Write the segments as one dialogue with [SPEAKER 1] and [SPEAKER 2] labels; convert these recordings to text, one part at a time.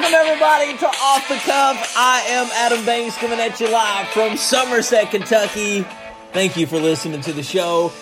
[SPEAKER 1] everybody, to Off the Cuff. I am Adam Banks coming at you live from Somerset, Kentucky. Thank you for listening to the show.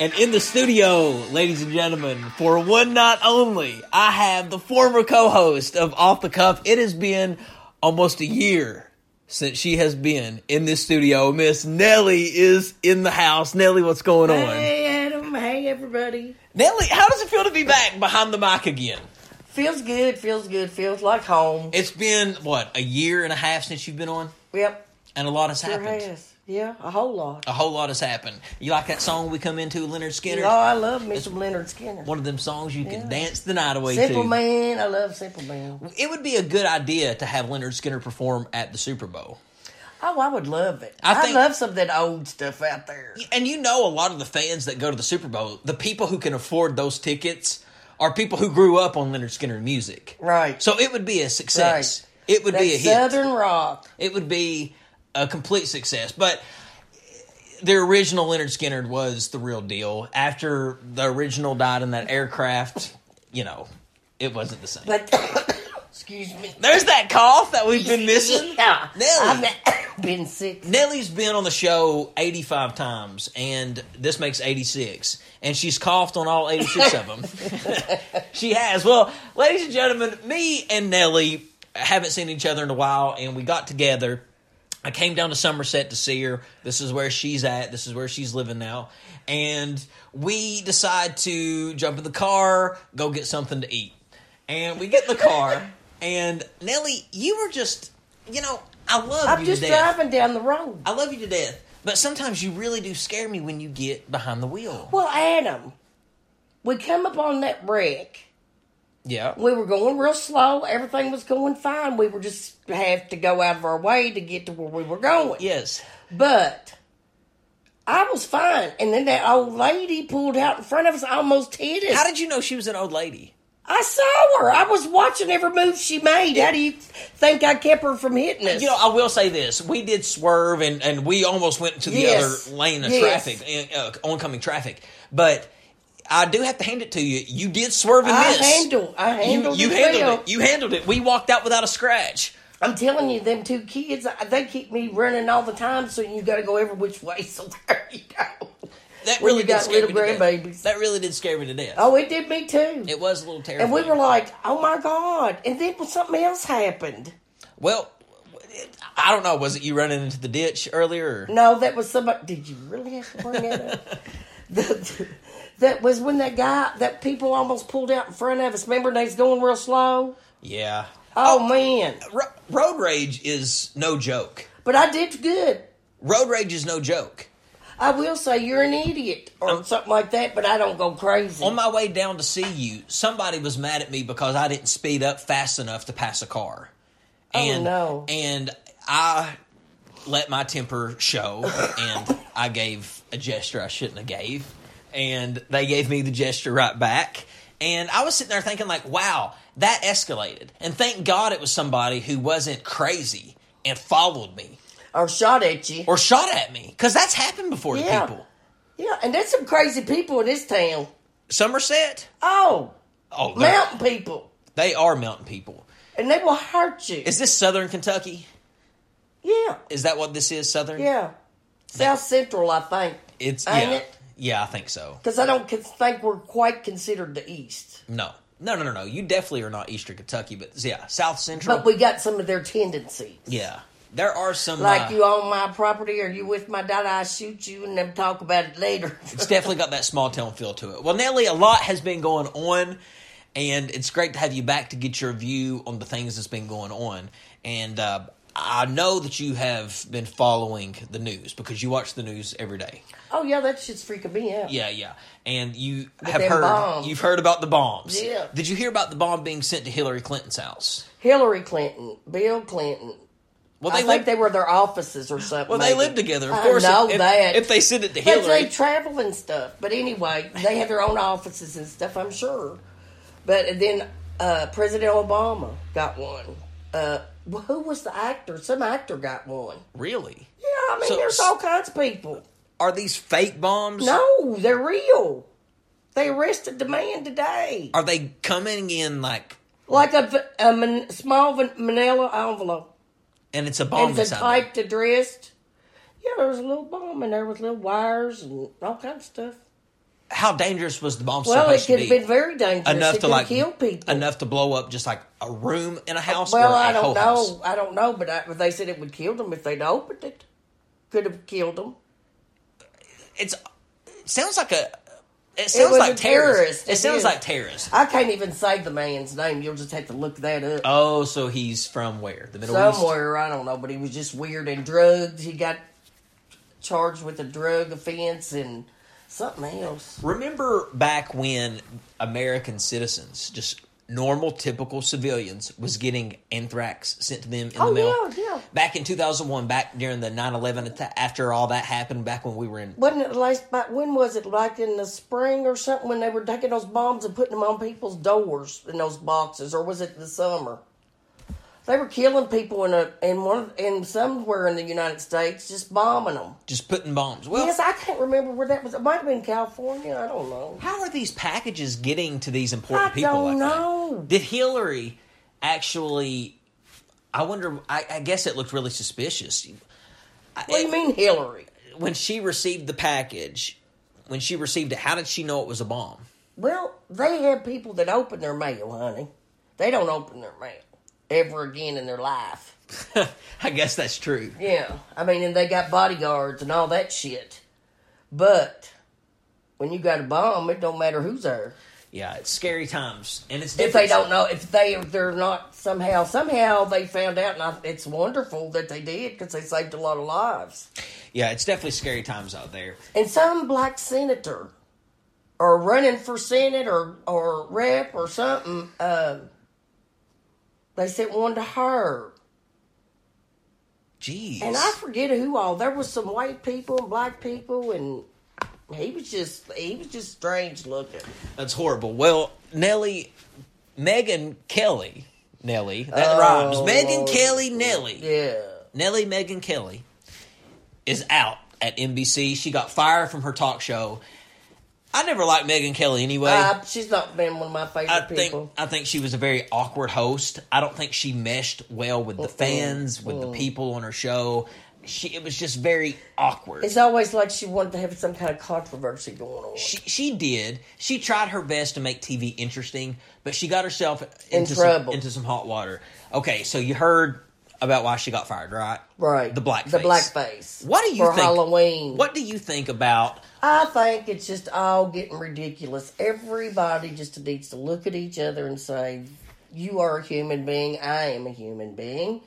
[SPEAKER 1] And in the studio, ladies and gentlemen, for one not only, I have the former co host of Off the Cuff. It has been almost a year since she has been in this studio. Miss Nelly is in the house. Nelly, what's going on?
[SPEAKER 2] Hey Adam, hey everybody.
[SPEAKER 1] Nelly, how does it feel to be back behind the mic again?
[SPEAKER 2] Feels good, feels good, feels like home.
[SPEAKER 1] It's been what a year and a half since you've been on,
[SPEAKER 2] Yep,
[SPEAKER 1] and a lot has
[SPEAKER 2] sure
[SPEAKER 1] happened.
[SPEAKER 2] has. Yeah, a whole lot.
[SPEAKER 1] A whole lot has happened. You like that song we come into, Leonard Skinner?
[SPEAKER 2] Oh, I love me some Leonard Skinner.
[SPEAKER 1] One of them songs you can dance the night away
[SPEAKER 2] Simple
[SPEAKER 1] to.
[SPEAKER 2] Man, I love Simple Man.
[SPEAKER 1] It would be a good idea to have Leonard Skinner perform at the Super Bowl.
[SPEAKER 2] Oh, I would love it.
[SPEAKER 1] I
[SPEAKER 2] I,
[SPEAKER 1] think-
[SPEAKER 2] love some of that old stuff out there.
[SPEAKER 1] And you know, a lot of the fans that go to the Super Bowl, the people who can afford those tickets are people who grew up on Leonard Skinner music.
[SPEAKER 2] Right.
[SPEAKER 1] So it would be a success. It would be a
[SPEAKER 2] that
[SPEAKER 1] hit.
[SPEAKER 2] Southern rock.
[SPEAKER 1] it would be a complete success. But the original Leonard Skinner was the real deal. After the original died in that aircraft, you know, it wasn't the same.
[SPEAKER 2] But excuse me.
[SPEAKER 1] There's that cough that we've been missing.
[SPEAKER 2] Yeah,
[SPEAKER 1] Nelly.
[SPEAKER 2] I've been sick.
[SPEAKER 1] Nelly's been on the show 85 times, and this makes 86. And she's coughed on all 86 of them. she has. Well, ladies and gentlemen, me and Nelly haven't seen each other in a while, and we got together. I came down to Somerset to see her. This is where she's at. This is where she's living now. And we decide to jump in the car, go get something to eat. And we get in the car, and Nelly, you were just, you know, I love
[SPEAKER 2] I'm
[SPEAKER 1] you
[SPEAKER 2] just
[SPEAKER 1] to death.
[SPEAKER 2] driving down the road.
[SPEAKER 1] I love you to death, but sometimes you really do scare me when you get behind the wheel.
[SPEAKER 2] Well, Adam, we come up on that wreck.
[SPEAKER 1] Yeah.
[SPEAKER 2] we were going real slow. Everything was going fine. We were just have to go out of our way to get to where we were going.
[SPEAKER 1] Yes.
[SPEAKER 2] But I was fine, and then that old lady pulled out in front of us, almost hit us.
[SPEAKER 1] How did you know she was an old lady?
[SPEAKER 2] I saw her. I was watching every move she made. How do you think I kept her from hitting us?
[SPEAKER 1] You know, I will say this: we did swerve, and and we almost went into the
[SPEAKER 2] Yes.
[SPEAKER 1] other lane of
[SPEAKER 2] Yes.
[SPEAKER 1] traffic, uh, uh, oncoming traffic. But I do have to hand it to you: you did swerve and
[SPEAKER 2] I
[SPEAKER 1] miss.
[SPEAKER 2] handle. I
[SPEAKER 1] you
[SPEAKER 2] handled.
[SPEAKER 1] you
[SPEAKER 2] it
[SPEAKER 1] handled
[SPEAKER 2] well.
[SPEAKER 1] it. You handled it. We walked out without a scratch.
[SPEAKER 2] I'm telling you, them two kids, I- they keep me running all the time. So you got to go every which way. So there you go.
[SPEAKER 1] That
[SPEAKER 2] When
[SPEAKER 1] really
[SPEAKER 2] you
[SPEAKER 1] did
[SPEAKER 2] got
[SPEAKER 1] scare me
[SPEAKER 2] little
[SPEAKER 1] to death.
[SPEAKER 2] grandbabies.
[SPEAKER 1] That really did scare me to death.
[SPEAKER 2] Oh, it did me too.
[SPEAKER 1] It was a little terrible.
[SPEAKER 2] And we were like, oh my God. And then when something else happened.
[SPEAKER 1] well, I don't know. Was it you running into the ditch earlier? or-
[SPEAKER 2] No, that was somebody. Did you really have to bring that up? that, that was when that guy, that people almost pulled out in front of us. Remember, they was going real slow?
[SPEAKER 1] Yeah.
[SPEAKER 2] Oh, man.
[SPEAKER 1] Ro- road rage is no joke.
[SPEAKER 2] But I did good.
[SPEAKER 1] Road rage is no joke.
[SPEAKER 2] I will say you're an idiot or something like that, but I don't go crazy.
[SPEAKER 1] On my way down to see you, somebody was mad at me because I didn't speed up fast enough to pass a car. And,
[SPEAKER 2] Oh, no.
[SPEAKER 1] And I let my temper show, and I gave a gesture I shouldn't have gave, and they gave me the gesture right back. And I was sitting there thinking, like, wow, that escalated. And thank God it was somebody who wasn't crazy and followed me
[SPEAKER 2] or shot at you.
[SPEAKER 1] or shot at me because that's happened before
[SPEAKER 2] Yeah.
[SPEAKER 1] to people.
[SPEAKER 2] yeah, and there's some crazy people in this town.
[SPEAKER 1] Somerset?
[SPEAKER 2] Oh,
[SPEAKER 1] Oh, they're-
[SPEAKER 2] mountain people.
[SPEAKER 1] they are mountain people.
[SPEAKER 2] And they will hurt you.
[SPEAKER 1] Is this Southern Kentucky?
[SPEAKER 2] yeah.
[SPEAKER 1] Is that what this is, Southern?
[SPEAKER 2] Yeah. South Central, I think.
[SPEAKER 1] It's
[SPEAKER 2] Ain't
[SPEAKER 1] yeah.
[SPEAKER 2] it?
[SPEAKER 1] Yeah, I think so.
[SPEAKER 2] Because I don't con- think we're quite considered the East.
[SPEAKER 1] No. No, no, no, no. You definitely are not Eastern Kentucky, but yeah, South Central.
[SPEAKER 2] But we got some of their tendencies.
[SPEAKER 1] yeah. There are some
[SPEAKER 2] Like,
[SPEAKER 1] uh,
[SPEAKER 2] you own my property, are you with my dad? I shoot you, and then talk about it later.
[SPEAKER 1] it's definitely got that small town feel to it. Well, Nelly, a lot has been going on, and it's great to have you back to get your view on the things that's been going on. And uh, I know that you have been following the news because you watch the news every day.
[SPEAKER 2] oh, yeah, that shit's freaking me out.
[SPEAKER 1] Yeah, yeah. And you have
[SPEAKER 2] them
[SPEAKER 1] heard
[SPEAKER 2] bombs.
[SPEAKER 1] you've heard about the bombs.
[SPEAKER 2] Yeah.
[SPEAKER 1] Did you hear about the bomb being sent to Hillary Clinton's house?
[SPEAKER 2] Hillary Clinton, Bill Clinton.
[SPEAKER 1] Well,
[SPEAKER 2] I
[SPEAKER 1] they
[SPEAKER 2] think
[SPEAKER 1] lived,
[SPEAKER 2] they were their offices or something.
[SPEAKER 1] well, they
[SPEAKER 2] maybe.
[SPEAKER 1] live together. Of
[SPEAKER 2] I
[SPEAKER 1] course,
[SPEAKER 2] know
[SPEAKER 1] if,
[SPEAKER 2] that.
[SPEAKER 1] if they send it to
[SPEAKER 2] But
[SPEAKER 1] Hillary,
[SPEAKER 2] they travel and stuff. But anyway, they have their own offices and stuff, I'm sure. But then uh, President Obama got one. Uh, well, who was the actor? Some actor got one.
[SPEAKER 1] really
[SPEAKER 2] Yeah, I mean,
[SPEAKER 1] So-
[SPEAKER 2] there's all kinds of people.
[SPEAKER 1] are these fake bombs?
[SPEAKER 2] No, they're real. They arrested the man today.
[SPEAKER 1] Are they coming in like
[SPEAKER 2] Like a, v- a man, small van- manila envelope.
[SPEAKER 1] and it's a bomb
[SPEAKER 2] And it's a
[SPEAKER 1] inside there.
[SPEAKER 2] typed addressed. Yeah, there was a little bomb in there with little wires and all kinds of stuff.
[SPEAKER 1] How dangerous was the bomb
[SPEAKER 2] Well, it
[SPEAKER 1] supposed
[SPEAKER 2] could
[SPEAKER 1] to
[SPEAKER 2] have
[SPEAKER 1] be?
[SPEAKER 2] been very dangerous.
[SPEAKER 1] enough
[SPEAKER 2] it
[SPEAKER 1] to
[SPEAKER 2] could
[SPEAKER 1] like
[SPEAKER 2] kill people.
[SPEAKER 1] enough to blow up just like a room in a house.
[SPEAKER 2] Well,
[SPEAKER 1] or a
[SPEAKER 2] I
[SPEAKER 1] whole
[SPEAKER 2] don't know.
[SPEAKER 1] House.
[SPEAKER 2] I don't know, but, I, but they said it would kill them if they'd opened it. Could have killed them.
[SPEAKER 1] It's it sounds like a it
[SPEAKER 2] It
[SPEAKER 1] sounds
[SPEAKER 2] was
[SPEAKER 1] like
[SPEAKER 2] a
[SPEAKER 1] terrorist.
[SPEAKER 2] terrorist.
[SPEAKER 1] It
[SPEAKER 2] It
[SPEAKER 1] sounds
[SPEAKER 2] is.
[SPEAKER 1] like terrorist.
[SPEAKER 2] I can't even say the man's name. You'll just have to look that up.
[SPEAKER 1] Oh, so he's from where? The Middle East.
[SPEAKER 2] somewhere i don't know but he was just weird and drugs he got charged with a drug offense and something else
[SPEAKER 1] Remember back when American citizens, just normal, typical civilians, was getting anthrax sent to them in
[SPEAKER 2] Oh,
[SPEAKER 1] the mail?
[SPEAKER 2] yeah, yeah.
[SPEAKER 1] Back in 2001, back during the 9 11 attack, after all that happened, back when we were in.
[SPEAKER 2] wasn't it last back when was it like in the spring or something when they were taking those bombs and putting them on people's doors in those boxes or was it the summer they were killing people in a in one in somewhere in the united states just bombing them
[SPEAKER 1] Just putting bombs. Well,
[SPEAKER 2] yes i can't remember where that was it might have been california i don't know
[SPEAKER 1] how are these packages getting to these important
[SPEAKER 2] I
[SPEAKER 1] people
[SPEAKER 2] don't
[SPEAKER 1] like that?
[SPEAKER 2] know.
[SPEAKER 1] Did Hillary actually. I wonder. I, I guess it looked really suspicious. I-
[SPEAKER 2] what do you mean hillary
[SPEAKER 1] When she received the package, when she received it, how did she know it was a bomb?
[SPEAKER 2] Well, they have people that open their mail, honey. They don't open their mail ever again in their life.
[SPEAKER 1] I guess that's true.
[SPEAKER 2] Yeah. I mean, and they got bodyguards and all that shit. But when you got a bomb, it don't matter who's there.
[SPEAKER 1] Yeah, it's scary times, and it's
[SPEAKER 2] If they
[SPEAKER 1] different.
[SPEAKER 2] don't know, if they if they're not somehow somehow they found out, and I, it's wonderful that they did because they saved a lot of lives.
[SPEAKER 1] Yeah, it's definitely scary times out there.
[SPEAKER 2] And some black senator or running for senate or, or rep or something, uh, they sent one to her.
[SPEAKER 1] Jeez,
[SPEAKER 2] And I forget who all. There was some white people and black people, and he was just he was just strange looking.
[SPEAKER 1] that's horrible. Well, Nelly, Megan Kelly, Nelly, that
[SPEAKER 2] Oh,
[SPEAKER 1] rhymes. Megan
[SPEAKER 2] Lord.
[SPEAKER 1] Kelly, Nelly,
[SPEAKER 2] Yeah,
[SPEAKER 1] Nelly, Megan Kelly is out at NBC. She got fired from her talk show. I never liked Megan Kelly anyway.
[SPEAKER 2] uh, she's not been one of my favorite
[SPEAKER 1] I think
[SPEAKER 2] people.
[SPEAKER 1] I think she was a very awkward host. I don't think she meshed well with the fans, with the people on her show. She it was just very awkward.
[SPEAKER 2] It's always like she wanted to have some kind of controversy going on.
[SPEAKER 1] She, she did. She tried her best to make TV interesting, but she got herself into
[SPEAKER 2] trouble.
[SPEAKER 1] Some, into some hot water. Okay, so you heard about why she got fired, right?
[SPEAKER 2] right,
[SPEAKER 1] The blackface.
[SPEAKER 2] the blackface.
[SPEAKER 1] What do you
[SPEAKER 2] for
[SPEAKER 1] think?
[SPEAKER 2] Halloween?
[SPEAKER 1] What do you think about?
[SPEAKER 2] I think it's just all getting ridiculous. Everybody just needs to look at each other and say, You are a human being. I am a human being.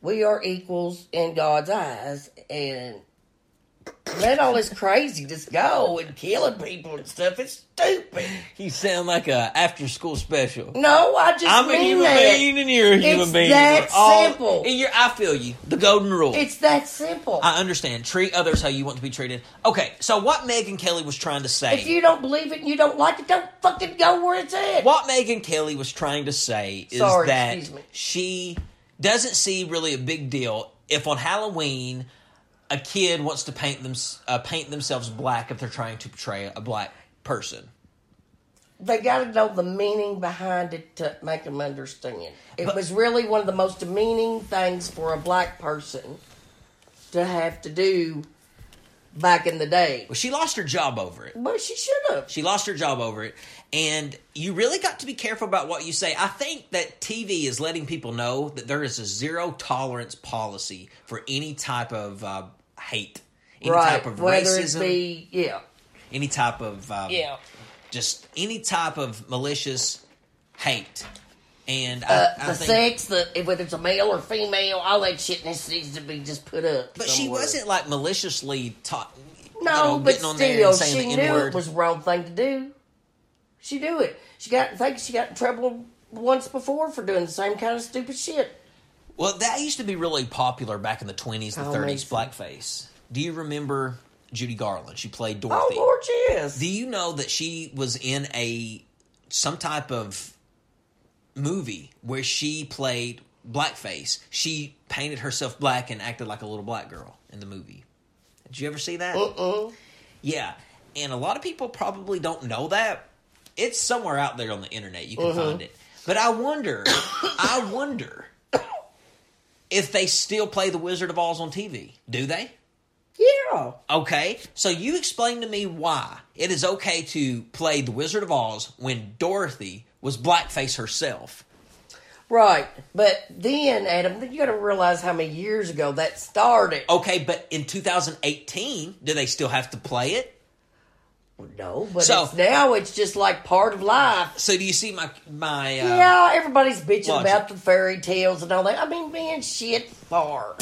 [SPEAKER 2] We are equals in God's eyes. And let all this crazy just go and killing people and stuff. It's stupid.
[SPEAKER 1] You sound like a after school special.
[SPEAKER 2] No, I just
[SPEAKER 1] I'm a
[SPEAKER 2] mean
[SPEAKER 1] human
[SPEAKER 2] that.
[SPEAKER 1] being, and you're a human
[SPEAKER 2] It's
[SPEAKER 1] being.
[SPEAKER 2] that
[SPEAKER 1] We're all-
[SPEAKER 2] simple.
[SPEAKER 1] and you're, I feel you. The golden rule.
[SPEAKER 2] It's that simple.
[SPEAKER 1] I understand. Treat others how you want to be treated. Okay, so what Megan Kelly was trying to say.
[SPEAKER 2] if you don't believe it and you don't like it, don't fucking go where it's at.
[SPEAKER 1] what Megan Kelly was trying to say is
[SPEAKER 2] Sorry,
[SPEAKER 1] that
[SPEAKER 2] excuse me.
[SPEAKER 1] she doesn't see really a big deal if on Halloween a kid wants to paint them uh, paint themselves black if they're trying to portray a black person.
[SPEAKER 2] they got to know the meaning behind it to make them understand. It was really one of the most demeaning things for a black person to have to do back in the day.
[SPEAKER 1] Well, she lost her job over it.
[SPEAKER 2] But she should have.
[SPEAKER 1] She lost her job over it, and you really got to be careful about what you say. I think that TV is letting people know that there is a zero tolerance policy for any type of uh, hate, any
[SPEAKER 2] Right.
[SPEAKER 1] type of
[SPEAKER 2] Whether
[SPEAKER 1] racism,
[SPEAKER 2] it be, yeah.
[SPEAKER 1] any type of um,
[SPEAKER 2] Yeah.
[SPEAKER 1] just any type of malicious hate. And I, I
[SPEAKER 2] Uh, the
[SPEAKER 1] think,
[SPEAKER 2] sex, the whether it's a male or female, all that shit just needs to be just put up.
[SPEAKER 1] but she
[SPEAKER 2] somewhere.
[SPEAKER 1] wasn't like maliciously taught.
[SPEAKER 2] No,
[SPEAKER 1] you know,
[SPEAKER 2] but
[SPEAKER 1] getting
[SPEAKER 2] still,
[SPEAKER 1] on there and
[SPEAKER 2] she
[SPEAKER 1] saying
[SPEAKER 2] knew
[SPEAKER 1] the N-word.
[SPEAKER 2] it was the wrong thing to do. She knew it. She got. I think she got in trouble once before for doing the same kind of stupid shit.
[SPEAKER 1] Well, that used to be really popular back in the 20s, the
[SPEAKER 2] Kyle
[SPEAKER 1] 30s,
[SPEAKER 2] Mason.
[SPEAKER 1] blackface. Do you remember Judy Garland? She played
[SPEAKER 2] Oh
[SPEAKER 1] Dorothy.
[SPEAKER 2] Lord, yes.
[SPEAKER 1] Do you know that she was in a some type of movie where she played blackface? She painted herself black and acted like a little black girl in the movie. Did you ever see that?
[SPEAKER 2] Mm.
[SPEAKER 1] Yeah. And a lot of people probably don't know that. It's somewhere out there on the internet. You can find it. But I wonder, I wonder if they still play The Wizard of Oz on TV. Do they?
[SPEAKER 2] Yeah.
[SPEAKER 1] Okay, so you explain to me why it is okay to play The Wizard of Oz when Dorothy was blackface herself.
[SPEAKER 2] Right. But then, Adam, you got to realize how many years ago that started.
[SPEAKER 1] Okay, but in 2018, do they still have to play it?
[SPEAKER 2] No, but
[SPEAKER 1] So-
[SPEAKER 2] it's now it's just like part of life.
[SPEAKER 1] So do you see my my? Uh,
[SPEAKER 2] Yeah, everybody's bitching
[SPEAKER 1] Logic.
[SPEAKER 2] about the fairy tales and all that. I mean, man, shit, far.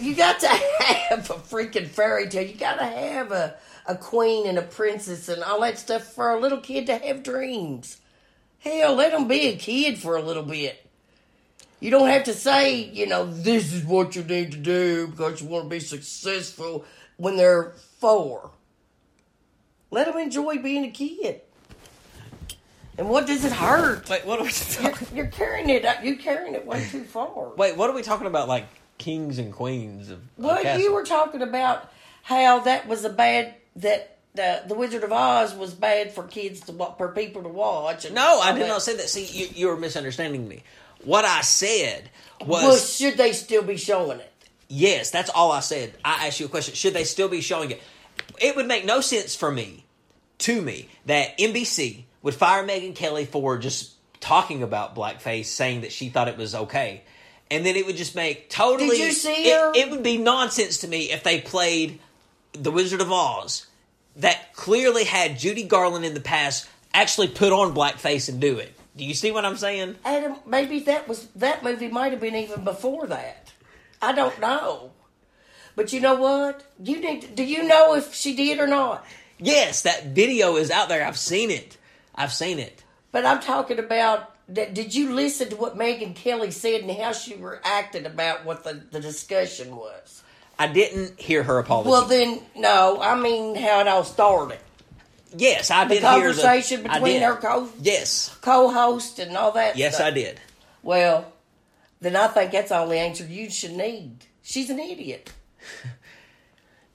[SPEAKER 2] you got to have a freaking fairy tale. You got to have a, a queen and a princess and all that stuff for a little kid to have dreams. Hell, let them be a kid for a little bit. You don't have to say, you know, this is what you need to do because you want to be successful when they're four. Let them enjoy being a kid. And what does it hurt?
[SPEAKER 1] Wait, what are we?
[SPEAKER 2] You're,
[SPEAKER 1] Talking,
[SPEAKER 2] you're carrying it. You're carrying it way too far.
[SPEAKER 1] wait, what are we talking about? Like kings and queens of. of
[SPEAKER 2] Well,
[SPEAKER 1] castles?
[SPEAKER 2] you were talking about how that was a bad that the the Wizard of Oz was bad for kids to wa- for people to watch. and
[SPEAKER 1] No, I
[SPEAKER 2] all
[SPEAKER 1] did
[SPEAKER 2] that.
[SPEAKER 1] not say that. See, you, you were misunderstanding me. What I said was
[SPEAKER 2] Well, should they still be showing it?
[SPEAKER 1] yes. That's all I said. I asked you a question. Should they still be showing it? It would make no sense for me, to me, that NBC would fire Megan Kelly for just talking about blackface, saying that she thought it was okay, and then it would just make totally.
[SPEAKER 2] Did you see
[SPEAKER 1] it-
[SPEAKER 2] her?
[SPEAKER 1] it would be nonsense to me if they played The Wizard of Oz that clearly had Judy Garland in the past actually put on blackface and do it. Do you see what I'm saying?
[SPEAKER 2] Adam, maybe that was that movie might have been even before that. I don't know. But you know what? You need. To, do you know if she did or not?
[SPEAKER 1] Yes, that video is out there. I've seen it. I've seen it.
[SPEAKER 2] But I'm talking about that. Did you listen to what Megan Kelly said and how she reacted about what the, the discussion was?
[SPEAKER 1] I didn't hear her apology.
[SPEAKER 2] Well, then, no. I mean, how it all started.
[SPEAKER 1] yes, I did hear the
[SPEAKER 2] Conversation
[SPEAKER 1] I
[SPEAKER 2] between
[SPEAKER 1] did.
[SPEAKER 2] her co
[SPEAKER 1] Yes,
[SPEAKER 2] co host and all that.
[SPEAKER 1] yes,
[SPEAKER 2] stuff.
[SPEAKER 1] I did.
[SPEAKER 2] Well, then I think that's the only answer you should need. She's an idiot.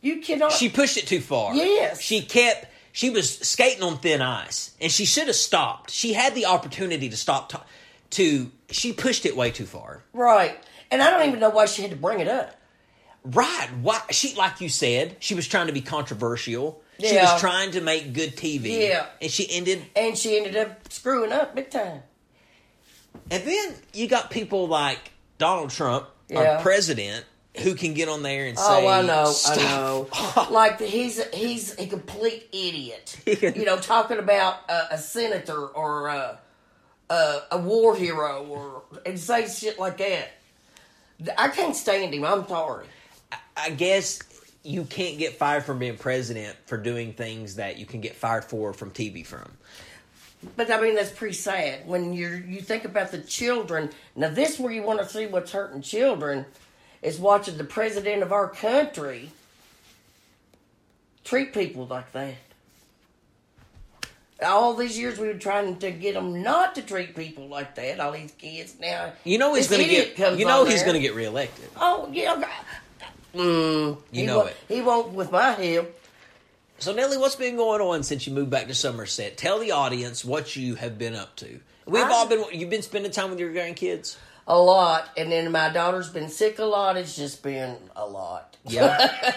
[SPEAKER 2] You cannot.
[SPEAKER 1] She pushed it too far.
[SPEAKER 2] Yes.
[SPEAKER 1] she kept. She was skating on thin ice, and she should have stopped. She had the opportunity to stop. To, to she pushed it way too far.
[SPEAKER 2] right. And I don't even know why she had to bring it up.
[SPEAKER 1] Right? Why she like you said she was trying to be controversial. She
[SPEAKER 2] Yeah.
[SPEAKER 1] was trying to make good TV.
[SPEAKER 2] Yeah.
[SPEAKER 1] and she ended
[SPEAKER 2] And she ended up screwing up big time.
[SPEAKER 1] And then you got people like Donald Trump,
[SPEAKER 2] Yeah.
[SPEAKER 1] our president, who can get on there and say,
[SPEAKER 2] Oh, I know,
[SPEAKER 1] "Stop."
[SPEAKER 2] I know. like the, he's a, he's a complete idiot. you know, talking about a, a senator or a, a a war hero or and say shit like that. I can't stand him. I'm sorry.
[SPEAKER 1] I guess you can't get fired from being president for doing things that you can get fired for from TV from.
[SPEAKER 2] But I mean, that's pretty sad when you you think about the children. Now, this where you want to see what's hurting children is watching the president of our country treat people like that. All these years we were trying to get them not to treat people like that. All these kids now.
[SPEAKER 1] You know he's
[SPEAKER 2] this
[SPEAKER 1] going to
[SPEAKER 2] idiot
[SPEAKER 1] get.
[SPEAKER 2] comes
[SPEAKER 1] You know
[SPEAKER 2] on
[SPEAKER 1] he's
[SPEAKER 2] there.
[SPEAKER 1] going to get reelected.
[SPEAKER 2] Oh yeah. Mm,
[SPEAKER 1] You
[SPEAKER 2] he
[SPEAKER 1] know
[SPEAKER 2] won't,
[SPEAKER 1] it.
[SPEAKER 2] He won't with my help.
[SPEAKER 1] So Nelly, what's been going on since you moved back to Somerset? Tell the audience what you have been up to. We've
[SPEAKER 2] I-
[SPEAKER 1] all been. You've been spending time with your grandkids.
[SPEAKER 2] a lot. And then my daughter's been sick a lot. It's just been a lot.
[SPEAKER 1] Yeah.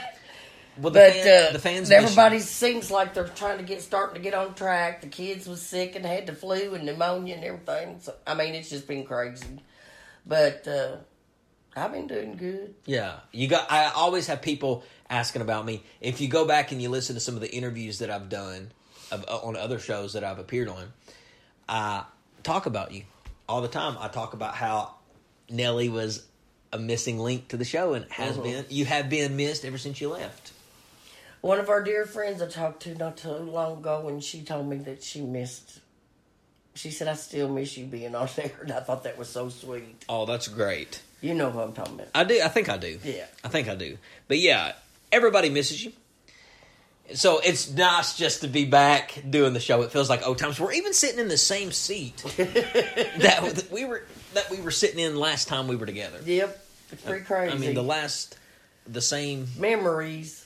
[SPEAKER 1] Well, the,
[SPEAKER 2] But
[SPEAKER 1] fan-
[SPEAKER 2] uh,
[SPEAKER 1] the fans. miss you.
[SPEAKER 2] everybody seems like they're trying to get starting to get on track. The kids was sick and had the flu and pneumonia and everything. So I mean, it's just been crazy. But uh, I've been doing good.
[SPEAKER 1] Yeah, you got. I always have people asking about me. If you go back and you listen to some of the interviews that I've done of, uh, on other shows that I've appeared on, I talk about you all the time. I talk about how Nelly was a missing link to the show and has been. You have been missed ever since you left.
[SPEAKER 2] One of our dear friends I talked to not too long ago, and she told me that she missed. She said, "I still miss you being on there," and I thought that was so sweet.
[SPEAKER 1] Oh, that's great.
[SPEAKER 2] You know who I'm talking about?
[SPEAKER 1] I do. I think I do.
[SPEAKER 2] Yeah.
[SPEAKER 1] I think I do. But yeah, everybody misses you. So it's nice just to be back doing the show. It feels like old times. We're even sitting in the same seat that we were that we were sitting in last time we were together.
[SPEAKER 2] Yep, it's pretty crazy.
[SPEAKER 1] Uh, I mean, the last, the same
[SPEAKER 2] memories.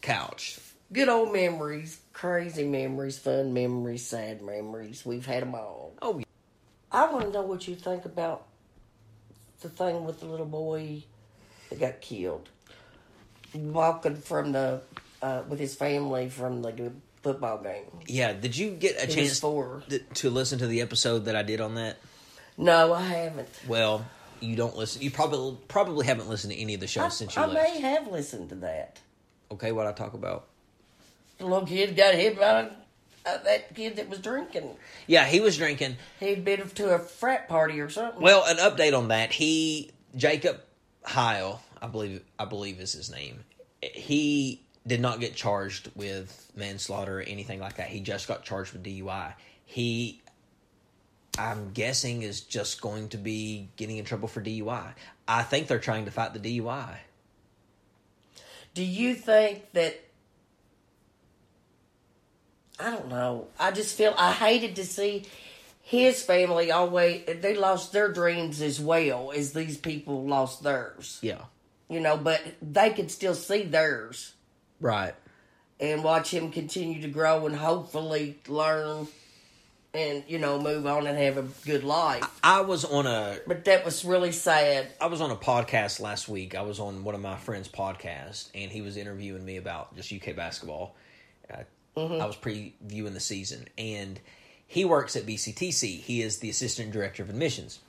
[SPEAKER 1] couch.
[SPEAKER 2] good old memories, crazy memories, fun memories, sad memories. We've had them all.
[SPEAKER 1] Oh,
[SPEAKER 2] I want to know what you think about the thing with the little boy that got killed walking from the uh, with his family from the football game.
[SPEAKER 1] Yeah, did you get a
[SPEAKER 2] He was
[SPEAKER 1] chance
[SPEAKER 2] four.
[SPEAKER 1] th- to listen to the episode that I did on that?
[SPEAKER 2] No, I haven't.
[SPEAKER 1] Well, you don't listen. You probably probably haven't listened to any of the shows
[SPEAKER 2] I,
[SPEAKER 1] since you
[SPEAKER 2] I
[SPEAKER 1] left.
[SPEAKER 2] may have listened to that.
[SPEAKER 1] Okay, what I talk about?
[SPEAKER 2] The little kid got hit by uh, that kid that was drinking.
[SPEAKER 1] Yeah, he was drinking.
[SPEAKER 2] He'd been to a frat party or something.
[SPEAKER 1] Well, an update on that. He Jacob Heil, I believe I believe is his name. He did not get charged with manslaughter or anything like that. He just got charged with DUI. He I'm guessing is just going to be getting in trouble for DUI. I think they're trying to fight the DUI.
[SPEAKER 2] Do you think that? I don't know. I just feel I hated to see his family always. They lost their dreams as well as these people lost theirs.
[SPEAKER 1] Yeah.
[SPEAKER 2] You know, but they could still see theirs
[SPEAKER 1] Right.
[SPEAKER 2] and watch him continue to grow and hopefully learn and you know move on and have a good life.
[SPEAKER 1] I was on a
[SPEAKER 2] But that was really sad.
[SPEAKER 1] I was on a podcast last week. I was on one of my friends' podcasts, and he was interviewing me about just UK basketball. Uh, I was previewing the season, and he works at BCTC. He is the assistant director of admissions,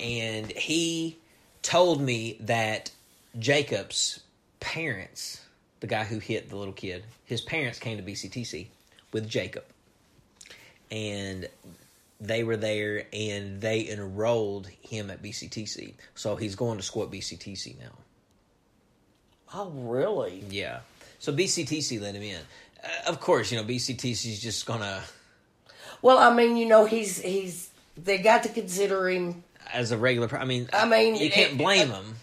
[SPEAKER 1] and he told me that Jacob's parents, the guy who hit the little kid, his parents came to BCTC with Jacob, and they were there and they enrolled him at BCTC. So he's going to school at BCTC now.
[SPEAKER 2] Oh, really?
[SPEAKER 1] Yeah. So BCTC let him in. Uh, of course, you know, BCTC's just going to,
[SPEAKER 2] Well, I mean, you know, he's he's they got to consider him
[SPEAKER 1] as a regular, per- I mean,
[SPEAKER 2] I mean,
[SPEAKER 1] you can't
[SPEAKER 2] it-
[SPEAKER 1] blame him.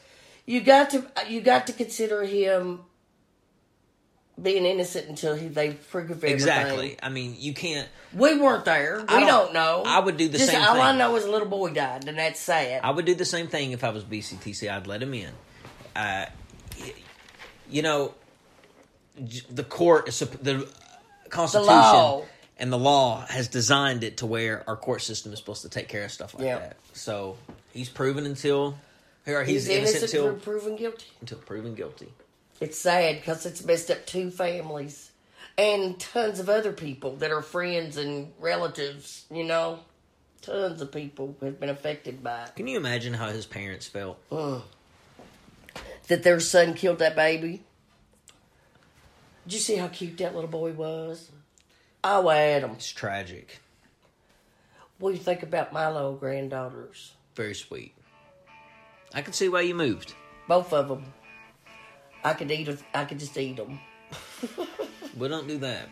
[SPEAKER 2] you got to you got to consider him being innocent until he they prove everything.
[SPEAKER 1] Exactly. I mean, you can't,
[SPEAKER 2] We weren't there. We
[SPEAKER 1] I
[SPEAKER 2] don't,
[SPEAKER 1] don't-
[SPEAKER 2] know.
[SPEAKER 1] I would do the
[SPEAKER 2] Just
[SPEAKER 1] same
[SPEAKER 2] all I
[SPEAKER 1] thing.
[SPEAKER 2] know is a little boy died, and that's sad.
[SPEAKER 1] I would do the same thing if I was BCTC. I'd let him in. Uh, y- you know, j- the court is supp- the Constitution
[SPEAKER 2] law.
[SPEAKER 1] and the law has designed it to where our court system is supposed to take care of stuff like
[SPEAKER 2] Yeah.
[SPEAKER 1] that. So he's proven until or he's,
[SPEAKER 2] he's
[SPEAKER 1] innocent,
[SPEAKER 2] innocent
[SPEAKER 1] until
[SPEAKER 2] until proven guilty.
[SPEAKER 1] until proven guilty.
[SPEAKER 2] It's sad because it's messed up two families and tons of other people that are friends and relatives. You know, tons of people have been affected by it.
[SPEAKER 1] Can you imagine how his parents felt?
[SPEAKER 2] that their son killed that baby. Did you see how cute that little boy was? Oh, Adam.
[SPEAKER 1] It's tragic.
[SPEAKER 2] What do you think about my little granddaughters?
[SPEAKER 1] Very sweet. I can see why you moved.
[SPEAKER 2] Both of them. I could eat. 'em- I could just eat them.
[SPEAKER 1] But don't do that.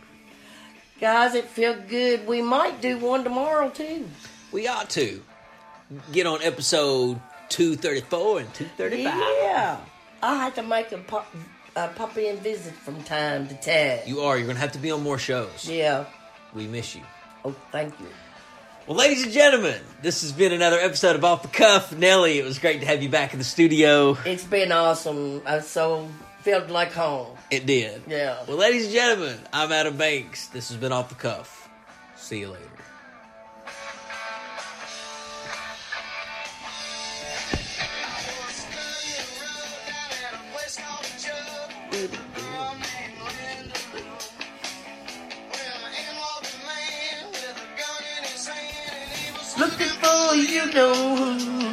[SPEAKER 2] Guys, it felt good. We might do one tomorrow too.
[SPEAKER 1] We ought to get on episode 234 and 235.
[SPEAKER 2] Yeah. I had to make a pop, a pop in visit from time to time.
[SPEAKER 1] You are. You're going to have to be on more shows.
[SPEAKER 2] yeah.
[SPEAKER 1] We miss you.
[SPEAKER 2] Oh, thank you.
[SPEAKER 1] Well, ladies and gentlemen, this has been another episode of Off the Cuff. Nelly, it was great to have you back in the studio.
[SPEAKER 2] It's been awesome. I so felt like home.
[SPEAKER 1] It did.
[SPEAKER 2] Yeah.
[SPEAKER 1] Well, ladies and gentlemen, I'm Adam Banks. This has been Off the Cuff. See you later.
[SPEAKER 2] Looking for you know. who.